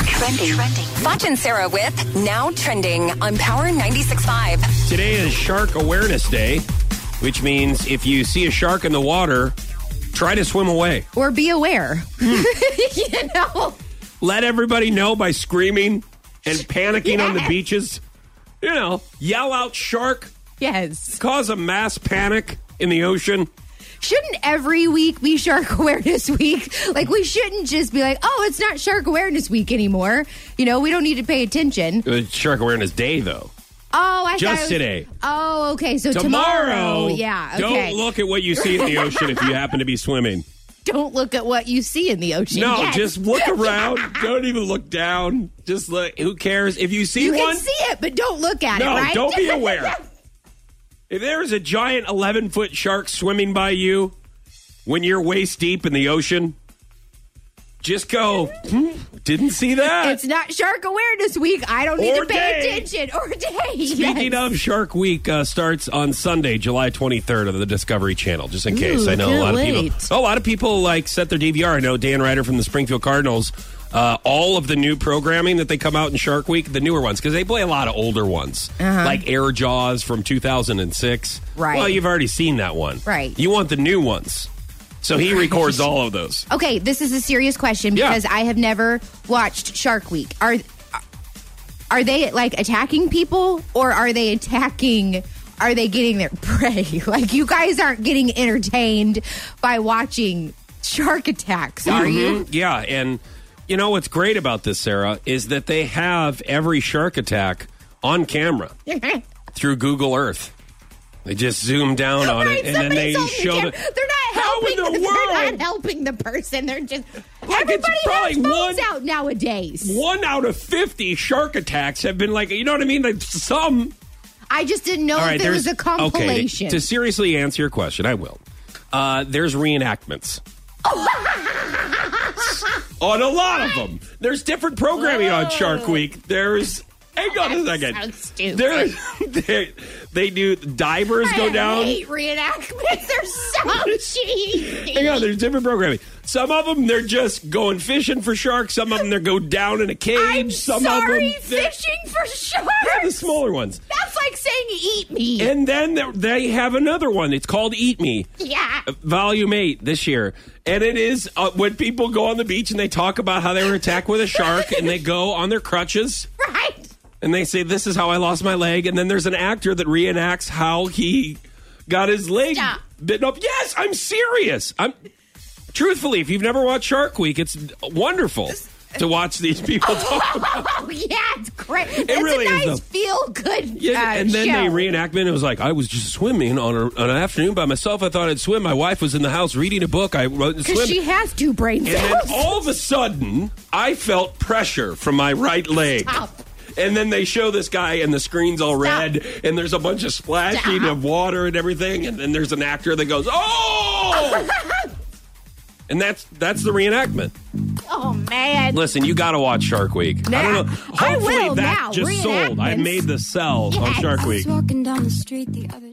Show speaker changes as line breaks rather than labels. Trending. Trending. Foch and Sarah with Now Trending on Power 96.5.
Today is Shark Awareness Day, which means if you see a shark in the water, try to swim away.
Or be aware. you know?
Let everybody know by screaming and panicking on the
Yes.
beaches. You know, yell out shark,
Yes.
cause a mass panic in the ocean.
Shouldn't every week be Shark Awareness Week? Like, we shouldn't just be like, oh, it's not Shark Awareness Week anymore. You know, we don't need to pay attention.
It was Shark Awareness Day, though.
Oh, I thought
Just
it was-
today.
Oh, okay. So
Tomorrow,
tomorrow. Yeah. Okay.
don't look at what you see in the ocean if you happen to be swimming.
Don't look at what you see in the ocean.
No,
Yes.
just look around. Don't even look down. Just look. Who cares? If you see
You
one,
can see it, but don't look at
no,
it. Right?
don't be aware. if there's a giant 11 foot shark swimming by you when you're waist deep in the ocean, just go, hmm, didn't see that.
It's not Shark Awareness Week. I don't need
Or
to pay
day.
attention or day.
Speaking
yes.
of Shark Week, uh, starts on Sunday, July 23rd on the Discovery Channel. Just in case, I know a
can't
lot of
wait.
people. Oh, A lot of people like set their DVR. I know Dan Ryder from the Springfield Cardinals. Uh, all of the new programming that they come out in Shark Week, the newer ones, because they play a lot of older ones, like Air Jaws from 2006.
Uh-huh. Right.
Well, you've already seen that one.
Right.
You want the new ones, so he records all of those.
Okay, this is a serious question
Yeah.
because I have never watched Shark Week. Are are they like attacking people or are they attacking are they getting their prey? Like you guys aren't getting entertained by watching shark attacks, are you?
Mm-hmm. Yeah, and you know what's great about this, Sarah, is that they have every shark attack on camera. through Google Earth. They just zoom down on
Right,
it, and then they
somebody's holding
show
camera.
the.
They're not
How
helping.
in the
They're
world?
not helping the person. They're just
it's
everybody
probably
has phones
one-
out nowadays.
One out of fifty shark attacks have been like, you know what I mean? Like some.
I just didn't know if it Oh, was a compilation.
Okay, to, to seriously answer your question, I will. Uh, there's reenactments. on a lot of them, there's different programming on Shark Week. There's. Hang on a
That
second.
sounds stupid.
There's- they, they do divers go
I
down.
hate reenactments. They're so cheap.
Hang on, there's different programming. Some of them they're just going fishing for sharks. Some of them they go down in a cage.
I'm
some
sorry,
of them they're-
fishing for
they're the
sharks.
smaller ones.
That's like saying eat me.
And then there- they have another one. It's called Eat Me,
yeah.
Volume Eight this year, and it is uh, when people go on the beach and they talk about how they were attacked with a shark, and they go on their crutches.
Right.
and they say this is how I lost my leg, and then there's an actor that reenacts how he got his leg
Stop.
bitten up. Yes, I'm serious. I'm truthfully, if you've never watched Shark Week, it's wonderful to watch these people talk about.
Oh yeah, it's great. It's
really
a
is,
nice
though.
feel good.
Yeah,
uh,
and then
show.
they reenactment. It was like I was just swimming on, a, on an afternoon by myself. I thought I'd swim. My wife was in the house reading a book. I wrote and swim.
because she has two brain
And then
cells.
all of a sudden, I felt pressure from my right leg.
Stop.
And then they show this guy, and the screen's all
Stop.
red, and there's a bunch of splashing
Stop.
of water and everything, and then there's an actor that goes, "Oh!" and that's that's the reenactment.
oh man.
Listen, you got to watch Shark Week. I
Nah,
don't know.
I
Hopefully
will
that
now.
just sold. I
Reenactments.
made the sell on
Yes.
Shark
I
Week.
was walking down the street the other